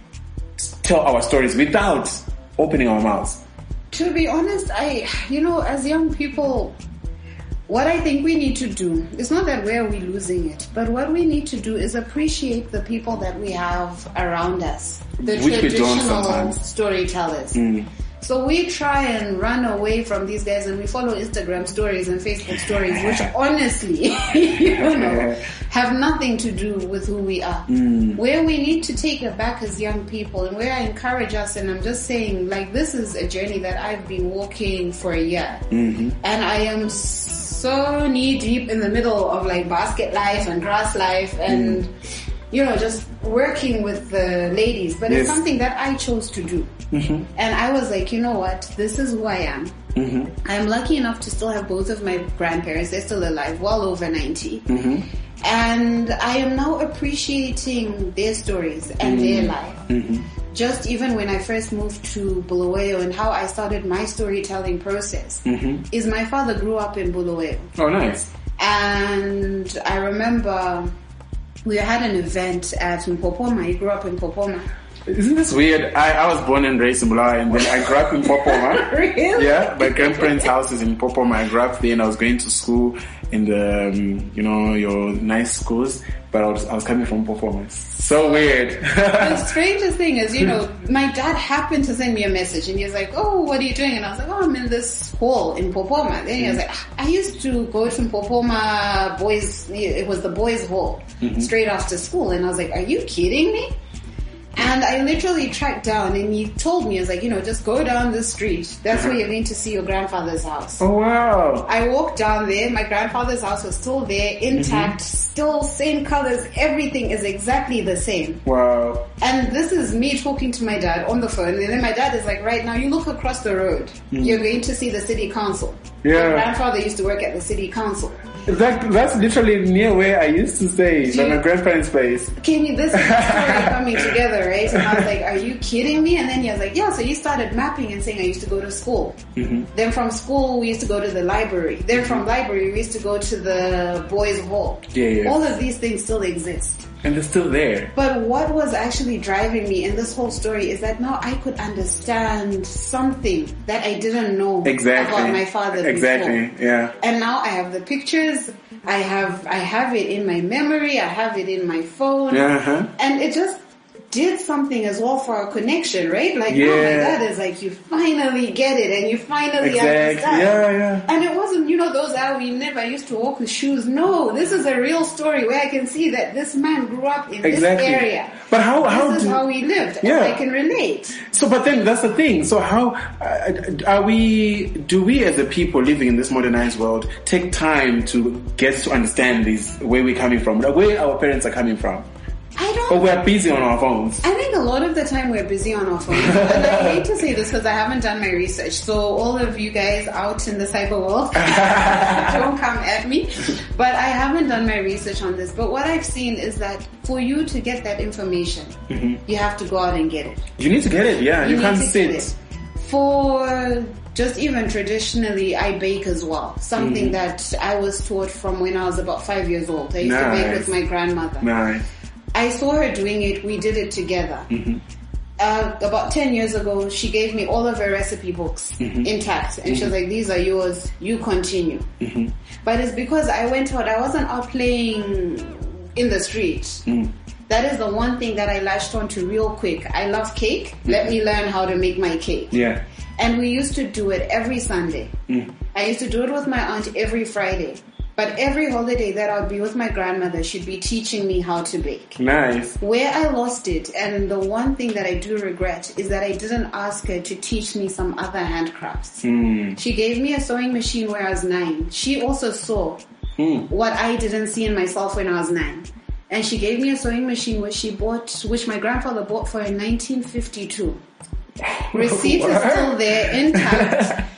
tell our stories without opening our mouths. To be honest, I, you know, as young people, what I think we need to do, it's not that where we're losing it, but what we need to do is appreciate the people that we have around us, the Which we don't traditional sometimes. Mm. storytellers. So we try and run away from these guys and we follow Instagram stories and Facebook stories, which honestly, you know, have nothing to do with who we are. Where we need to take it back as young people and where I encourage us, and I'm just saying, like, this is a journey that I've been walking for a year. And I am so knee deep in the middle of like basket life and grass life and, you know, just working with the ladies. But Yes. it's something that I chose to do. And I was like, you know what? This is who I am. I'm lucky enough to still have both of my grandparents. They're still alive, well over 90. And I am now appreciating their stories and their life. Just even when I first moved to Bulawayo and how I started my storytelling process is my father grew up in Bulawayo. Oh, nice. And I remember we had an event at Mpopoma. He grew up in Popoma. Isn't this weird? I, I was born and raised in Bulawayo and then I grew up in Popoma. Really? Yeah, my grandparents' house is in Popoma. I grew up there and I was going to school in the, um, you know, your nice schools, but I was, I was coming from Popoma. So weird. the strangest thing is, you know, my dad happened to send me a message and he was like, oh, what are you doing? And I was like, oh, I'm in this hall in Popoma. Then he was like, "Ah, I used to go to Popoma boys, it was the boys hall straight after school. And I was like, are you kidding me? And I literally tracked down and he told me, I was like, you know, just go down the street. That's where you're going to see your grandfather's house. oh, wow. I walked down there. My grandfather's house was still there, intact, still same colors. Everything is exactly the same. Wow. And this is me talking to my dad on the phone. And then my dad is like, right now, you look across the road. You're going to see the city council. Mm. Yeah. My grandfather used to work at the city council. That, that's literally near where I used to stay, like Do you- my grandparents' place. Can you, this is the story coming together, right? And I was like, are you kidding me? And then he was like, yeah. So you started mapping and saying I used to go to school. Mm-hmm. Then from school, we used to go to the library. Then from library, we used to go to the boys' hall. Yeah, yeah. All of these things still exist. And they're still there. But what was actually driving me in this whole story is that now I could understand something that I didn't know Exactly. about my father Exactly, before. yeah. And now I have the pictures. I have I have it in my memory. I have it in my phone. Yeah, uh-huh. And it just did something as well for our connection, right? Like, oh my Yeah. God, it's like you finally get it and you finally Exact- understand. yeah, yeah. And it wasn't, you know, those how we never used to walk with shoes. No, this is a real story where I can see that this man grew up in Exactly. this area. But how- how this is do- how he lived. Yeah. And I can relate. So, but then that's the thing. So, how uh, are we? Do we, as a people living in this modernized world, take time to get to understand this where we're coming from, like where our parents are coming from? I know, But we're busy on our phones. I think a lot of the time we're busy on our phones. and I hate to say this because I haven't done my research. So all of you guys out in the cyber world, don't come at me. But I haven't done my research on this. But what I've seen is that for you to get that information, Mm-hmm. you have to go out and get it. You need to get it, yeah. You, need can't to sit. get it. For just even traditionally, I bake as well. Something Mm. that I was taught from when I was about five years old. I used to bake with Nice. my grandmother. Nice. I saw her doing it. We did it together. Uh, about 10 years ago, she gave me all of her recipe books intact. And she was like, these are yours. You continue. But it's because I went out. I wasn't out playing in the street. That is the one thing that I latched onto real quick. I love cake. Let me learn how to make my cake. Yeah. And we used to do it every Sunday. I used to do it with my aunt every Friday. But every holiday that I'd be with my grandmother, she'd be teaching me how to bake. Nice. Where I lost it, and the one thing that I do regret is that I didn't ask her to teach me some other handcrafts. Hmm. She gave me a sewing machine when I was nine. She also saw Hmm. what I didn't see in myself when I was nine. And she gave me a sewing machine which she bought, which my grandfather bought for her in 1952. Receipt is still there intact.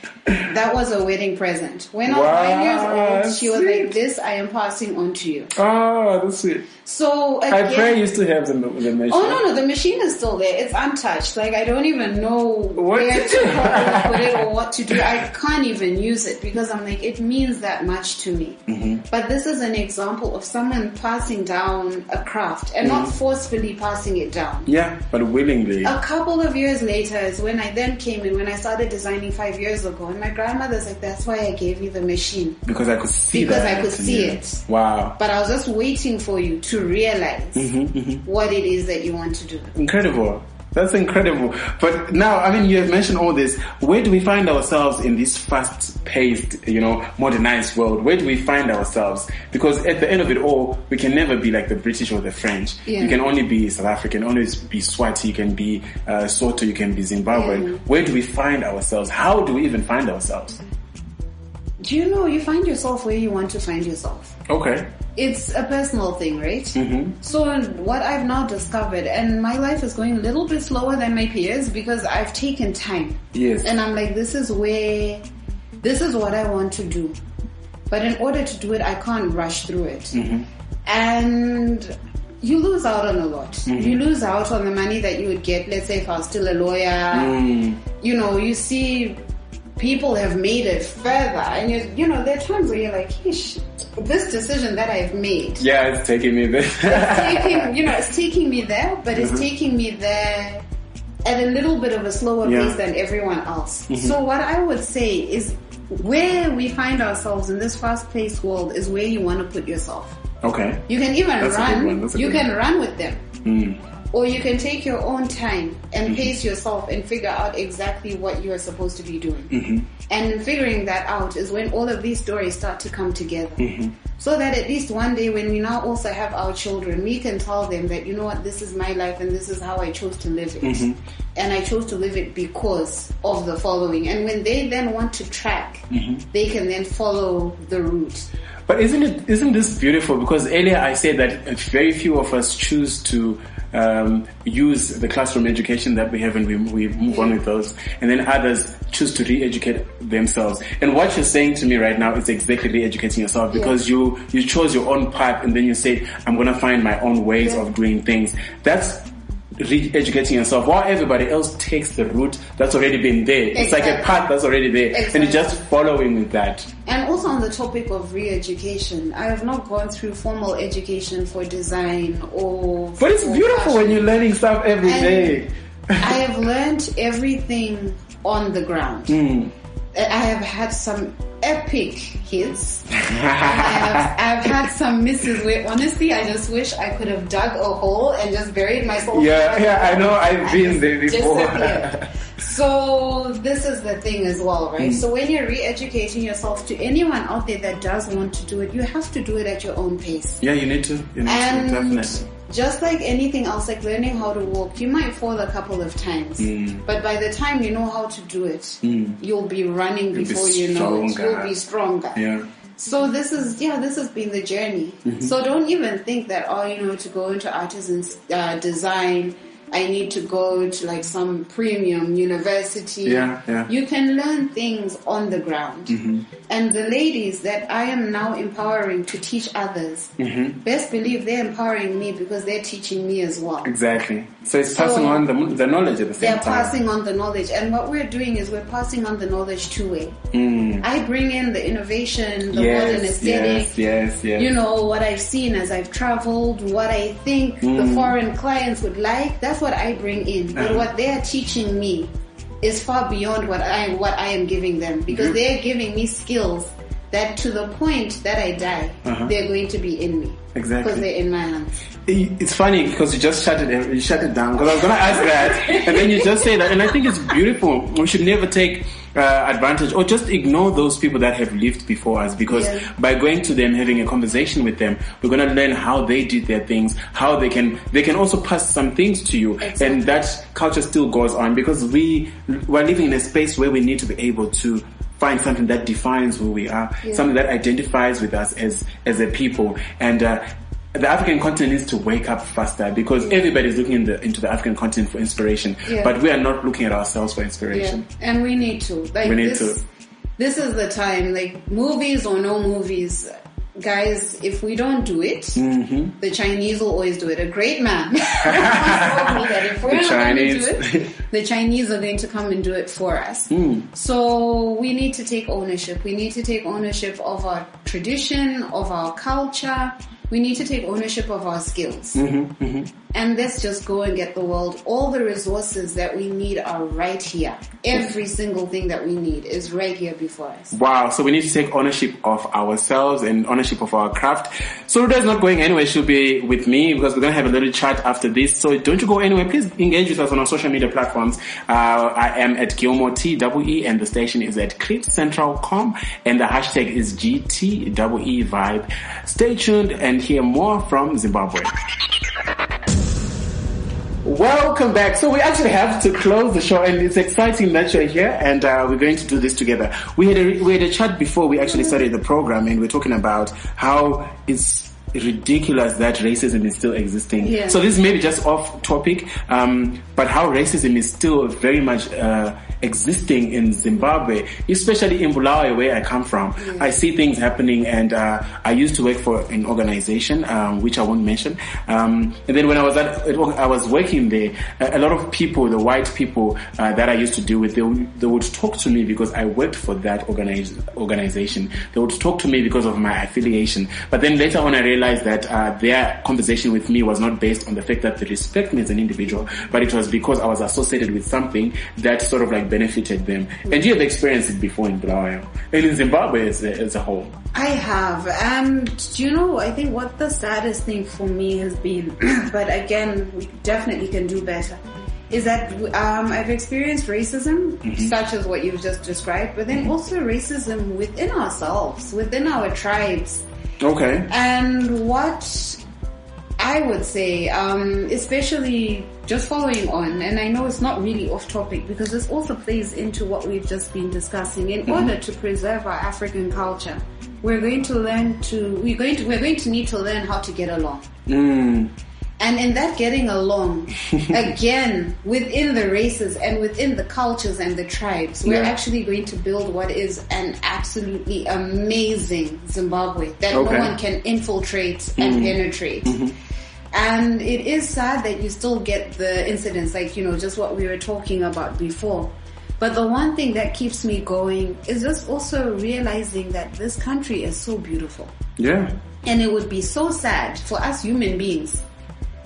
That was a wedding present. When I was nine years Wow, old, she was sweet. like, "This I am passing on to you." Oh, that's sweet. So I again, pray you still have the, the machine. Oh no, no, the machine is still there. It's untouched. Like I don't even know What where to to do. properly put it or what to do. I can't even use it because I'm like, it means that much to me. But this is an example of someone passing down a craft and not forcefully passing it down. Yeah, but willingly. A couple of years later is when I then came in when I started designing five years ago and my grandmother's like, that's why I gave you the machine. because I could see Because that. I could in see you. it. Wow. But I was just waiting for you to realize what it is that you want to do. Incredible. That's incredible. But now, I mean, you have mentioned all this. Where do we find ourselves in this fast-paced, you know, modernized world? Where do we find ourselves? Because at the end of it all, we can never be like the British or the French. Yeah. You can only be South African, only be Swati, you can be uh, Soto, you can be Zimbabwean. Where do we find ourselves? How do we even find ourselves? Do you know you find yourself where you want to find yourself? Okay. It's a personal thing, right? Mm-hmm. So what I've now discovered, and my life is going a little bit slower than my peers because I've taken time. Yes. And I'm like, this is where, this is what I want to do. But in order to do it, I can't rush through it. And you lose out on a lot. You lose out on the money that you would get, let's say if I was still a lawyer. You know, you see people have made it further. And you, you know, there are times where you're like, Ish, this decision that I've made Yeah, it's taking me this. taking you know it's taking me there but it's taking me there at a little bit of a slower Yeah. pace than everyone else so what i would say is where we find ourselves in this fast-paced world is where you want to put yourself okay. you can even That's a good one, Hmm. run that's a you good can run with them or you can take your own time Mm-hmm. and pace yourself and figure out exactly what you are supposed to be doing Mm-hmm. and in figuring that out is when all of these stories start to come together Mm-hmm. so that at least one day when we now also have our children we can tell them that you know what this is my life and this is how i chose to live it Mm-hmm. and i chose to live it because of the following and when they then want to track Mm-hmm. they can then follow the route But isn't it isn't this beautiful? Because earlier I said that very few of us choose to um, use the classroom education that we have, and we, we move on with those, and then others choose to re-educate themselves. And what you're saying to me right now is exactly re-educating yourself because you you chose your own path, and then you said, "I'm gonna find my own ways of doing things." That's re-educating yourself while everybody else takes the route that's already been there it's like a Exactly. path that's already there and Exactly. you're just following with that And also on the topic of re-education, I have not gone through formal education for design or. But it's for beautiful when fashion. you're learning stuff every And day. I have learned everything on the ground. Hmm. I I have had some epic hits. I have, I've had some misses where honestly I just wish I could have dug a hole and just buried myself. Yeah, yeah, I know. I've been there before. disappeared. So this is the thing as well, right? Hmm. So when you're re-educating yourself, to anyone out there that does want to do it, you have to do it at your own pace. yeah, you need to. You need And to definitely. just like anything else, like learning how to walk, you might fall a couple of times, Hmm. but by the time you know how to do it, you'll be running be before you know it. stronger. You'll be stronger. Yeah. So this is yeah, this has been the journey. Mm-hmm. So don't even think that oh, you know, to go into artisan uh, design, I need to go to like some premium university. Yeah, yeah. Mm-hmm. You can learn things on the ground, and the ladies that I am now empowering to teach others, Mm-hmm. best believe they're empowering me because they're teaching me as well Exactly. So it's passing So- on the, the knowledge at the same they're time. passing on the knowledge and what we're doing is we're passing on the knowledge two way i bring in the innovation the modern Mm. yes, aesthetic yes, yes, yes. you know what i've seen as i've traveled what i think the foreign clients would like that's what i bring in but Mm. Uh-huh. what they're teaching me is far beyond what i what i am giving them because Mm-hmm. they're giving me skills that to the point that i die Uh-huh. they're going to be in me Exactly. because they're in my hands It- It's funny because you just shut it you shut it down because I was gonna ask that and then you just say that and I think it's beautiful. We should never take uh, advantage or just ignore those people that have lived before us because Yeah. by going to them, having a conversation with them, we're gonna learn how they did their things, how they can they can also pass some things to you and that culture still goes on because we we're living in a space where we need to be able to find something that defines who we are, something that identifies with us as as a people and. Uh, the African continent needs to wake up faster because everybody's looking in the, into the African continent for inspiration, Yeah. but we are not looking at ourselves for Yeah, inspiration. and we need to. Like We need this, to. This is the time. Like movies or no movies, guys. If we don't do it, Mm-hmm. the Chinese will always do it. A great man. once told me that if we're The not going to do Chinese. Hmm. it, the Chinese are going to come and do it for us. So we need to take ownership. We need to take ownership of our tradition, of our culture. We need to take ownership of our skills. Mm-hmm, And let's just go and get the world. All the resources that we need are right here. Every single thing that we need is right here before us. Wow, so we need to take ownership of ourselves and ownership of our craft. So Ruda's not going anywhere, she'll be with me because we're going to have a little chat after this. So don't you go anywhere, please engage with us on our social media platforms. Uh, I am at Gilmore TWE and the station is at ClipCentral.com and the hashtag is GTWE E Vibe. Stay tuned and hear more from Zimbabwe. Welcome back. So we actually have to close the show, and it's exciting that you're here, and uh, we're going to do this together. We had a, we had a chat before we actually started the program, and we are talking about how it's ridiculous that racism is still existing. Yeah. So this may be just off topic, um, but how racism is still very much uh, existing in Zimbabwe, especially in Bulawayo, where I come from. I see things happening, and uh, I used to work for an organization, um, which I won't mention. Um, and then when I was at, at work- I was working there, a, a lot of people, the white people uh, that I used to deal with, they, would- they would talk to me because I worked for that organiz- organization. They would talk to me because of my affiliation. But then later on, I realized that uh, their conversation with me was not based on the fact that they respect me as an individual, but it was because I was associated with something that sort of like benefited them. And you have experienced it before in Bulawayo and in Zimbabwe as a, as a whole. I have. Um, do you know, I think what the saddest thing for me has been, but again, we definitely can do better, is that um, I've experienced racism, such as what you've just described, but then also racism within ourselves, within our tribes. Okay. And what I would say, um, especially just following on, and I know it's not really off topic because this also plays into what we've just been discussing. In order to preserve our African culture, we're going to learn to we're going to we're going to need to learn how to get along. And in that getting along, again, within the races and within the cultures and the tribes, we're Yeah. actually going to build what is an absolutely amazing Zimbabwe Okay. that Mm-hmm. no one can infiltrate and penetrate. And it is sad that you still get the incidents, like, you know, just what we were talking about before. But the one thing that keeps me going is just also realizing that this country is so beautiful. Yeah. And it would be so sad for us human beings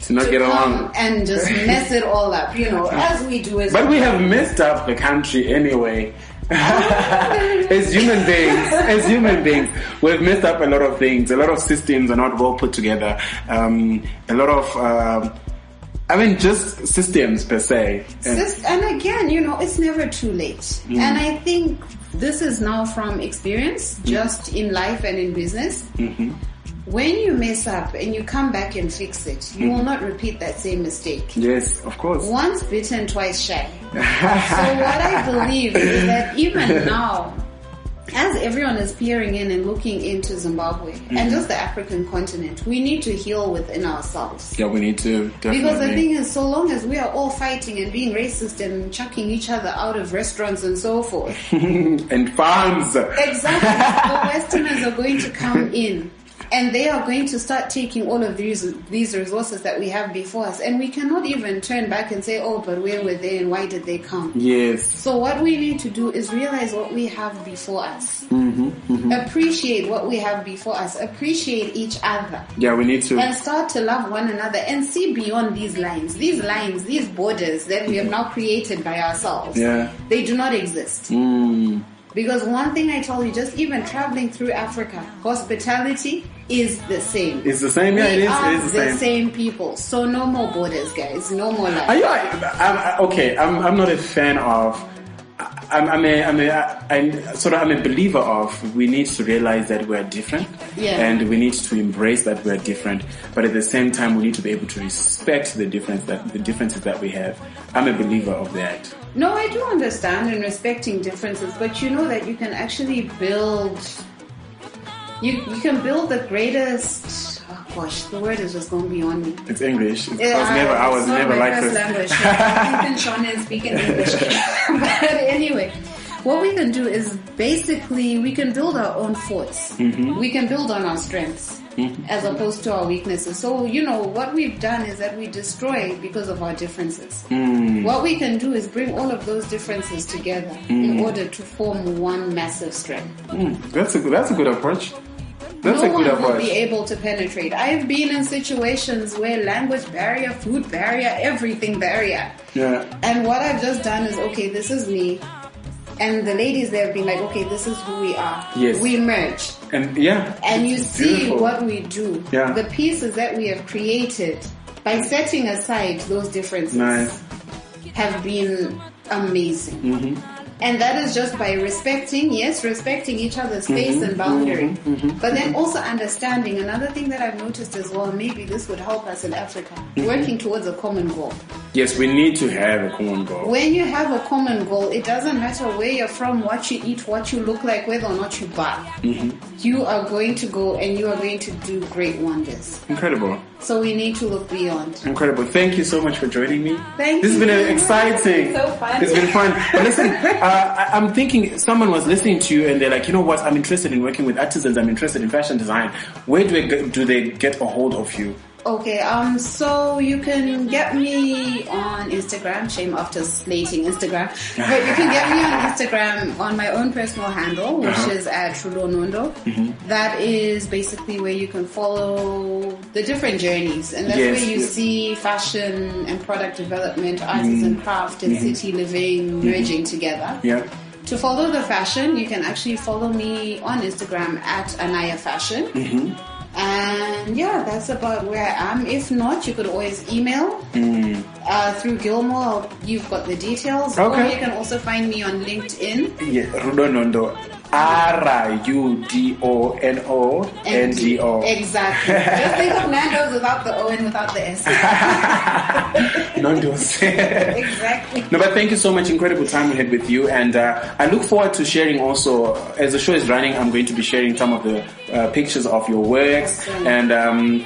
To not to get come along. and just mess it all up, you know, as we do as But we have messed up the country anyway. as human beings, as human beings, we've messed up a lot of things. A lot of systems are not well put together. Um, a lot of, um I mean, just systems per se. And- Just- and again, you know, it's never too late. And I think this is now from experience, just in life and in business. When you mess up and you come back and fix it, you will not repeat that same mistake. yes, of course. Once bitten, twice shy. so what I believe is that even now, as everyone is peering in and looking into Zimbabwe and just the African continent, we need to heal within ourselves. Yeah, we need to definitely. Because the thing is, so long as we are all fighting and being racist and chucking each other out of restaurants and so forth, and farms. exactly, the Westerners are going to come in. And they are going to start taking all of these these resources that we have before us, and we cannot even turn back and say, "Oh, but where were they and why did they come?" Yes. So what we need to do is realize what we have before us. Appreciate what we have before us. Appreciate each other. Yeah, we need to. And start to love one another and see beyond these lines. These lines, these borders that we have now created by ourselves. Yeah. Hmm. They do not exist. Because one thing I told you, just even traveling through Africa, hospitality is the same. It's the same. Yeah, we it is. are It is the same. people. So no more borders, guys. No more Are lies. you? I'm, I- okay, I'm, I'm not a fan of. I'm, I'm a, I'm a, I'm sort of, I'm a believer of we need to realize that we're different. Yeah. And we need to embrace that we're different. But at the same time, we need to be able to respect the difference that, the differences that we have. I'm a believer of that. No, I do understand and respecting differences, but you know that you can actually build. You, you can build the greatest. Oh gosh, the word is just going beyond me. It's English. It's, Yeah, I was never, I it's was not never my like first this. language. Even Sean is speaking English. but anyway, what we can do is basically we can build our own forts. Mm-hmm. We can build on our strengths as opposed to our weaknesses. So you know what we've done is that we destroy because of our differences. Mm. What we can do is bring all of those differences together in order to form one massive strength Mm, that's a good, that's a good approach. That's a no good one will approach. be able to penetrate. I've been in situations where language barrier, food barrier, everything barrier. yeah. And what I've just done is, okay, this is me. And the ladies there have been like, okay, this is who we are. Yes. We merge. And yeah. And you It's see beautiful. what we do. Yeah. The pieces that we have created by setting aside those differences Nice. Mm-hmm. have been amazing. And that is just by respecting, yes, respecting each other's Mm-hmm. space and boundary, but then also understanding. Another thing that I've noticed as well, maybe this would help us in Africa, Mm-hmm. working towards a common goal. Yes, we need to have a common goal. When you have a common goal, it doesn't matter where you're from, what you eat, what you look like, whether or not you buy. You are going to go and you are going to do great wonders. Incredible. So we need to look beyond. Incredible. Thank you so much for joining me. Thank this has you. been an exciting. It's so fun. It's been fun. But listen, uh, I- I'm thinking someone was listening to you and they're like, you know what? I'm interested in working with artisans. I'm interested in fashion design. Where do, I get, do they get a hold of you? Okay, um, so you can get me on Instagram. Shame after slating Instagram, but you can get me on Instagram on my own personal handle, which Uh-huh. Mm-hmm. is at Rulonondo. That is basically where you can follow the different journeys, and that's Yes, where you yes. see fashion and product development, artisan craft, and city living merging together. Mm-hmm. Yeah. To follow the fashion, you can actually follow me on Instagram at Anaya Fashion. And yeah, that's about where I am. If not, you could always email uh, through Gilmore. You've got the details. Or Okay. you can also find me on LinkedIn. Yeah. Rudonondo. R-U-D-O-N-O-N-D-O. Exactly. Just think of Nando's without the O and without the S. Nondos. exactly. No, but thank you so much. Incredible time we had with you, and uh, I look forward to sharing. Also, as the show is running, I'm going to be sharing some of the uh, pictures of your works. Awesome. And um,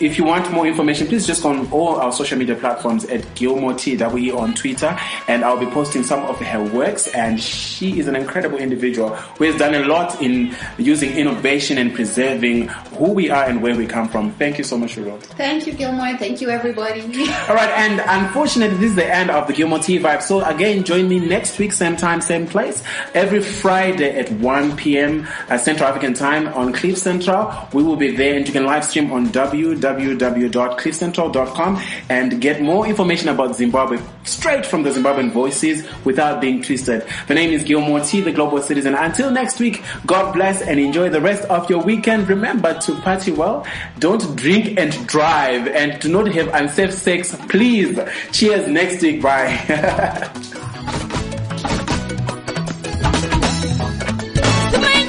if you want more information, please just go on all our social media platforms at Gilmore TWE on Twitter, and I'll be posting some of her works. And she is an incredible individual who has done a lot in using innovation and preserving who we are and where we come from. Thank you so much, Rolo. Thank you, Gilmore. Thank you, everybody. All right, and unfortunately, this is the end of the Gilmore T Vibe. So again, join me next week, same time, same place, every Friday at 1 p.m. uh, Central African Time on Cliff Central. We will be there, and you can live stream on www.cliffcentral.com and get more information about Zimbabwe straight from the Zimbabwean voices without being twisted. The name is Gilmore T, the Global Citizen. Until next week, God bless and enjoy the rest of your weekend. Remember to party well, don't drink and drive, and do not have unsafe sex, please. Cheers next week. Bye.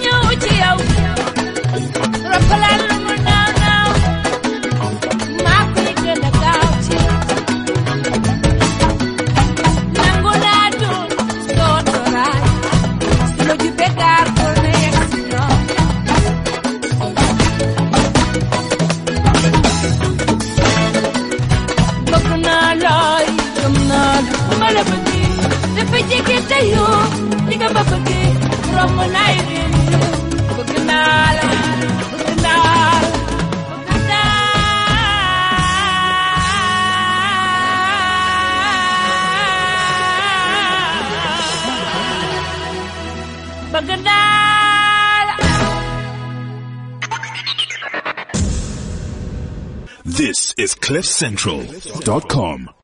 Pegar por mim. jege te yoo li nga ma bëgg romb naay réew bëgg naa la bëgg naa la bëgg naa la bëgg naa la This is CliffCentral.com.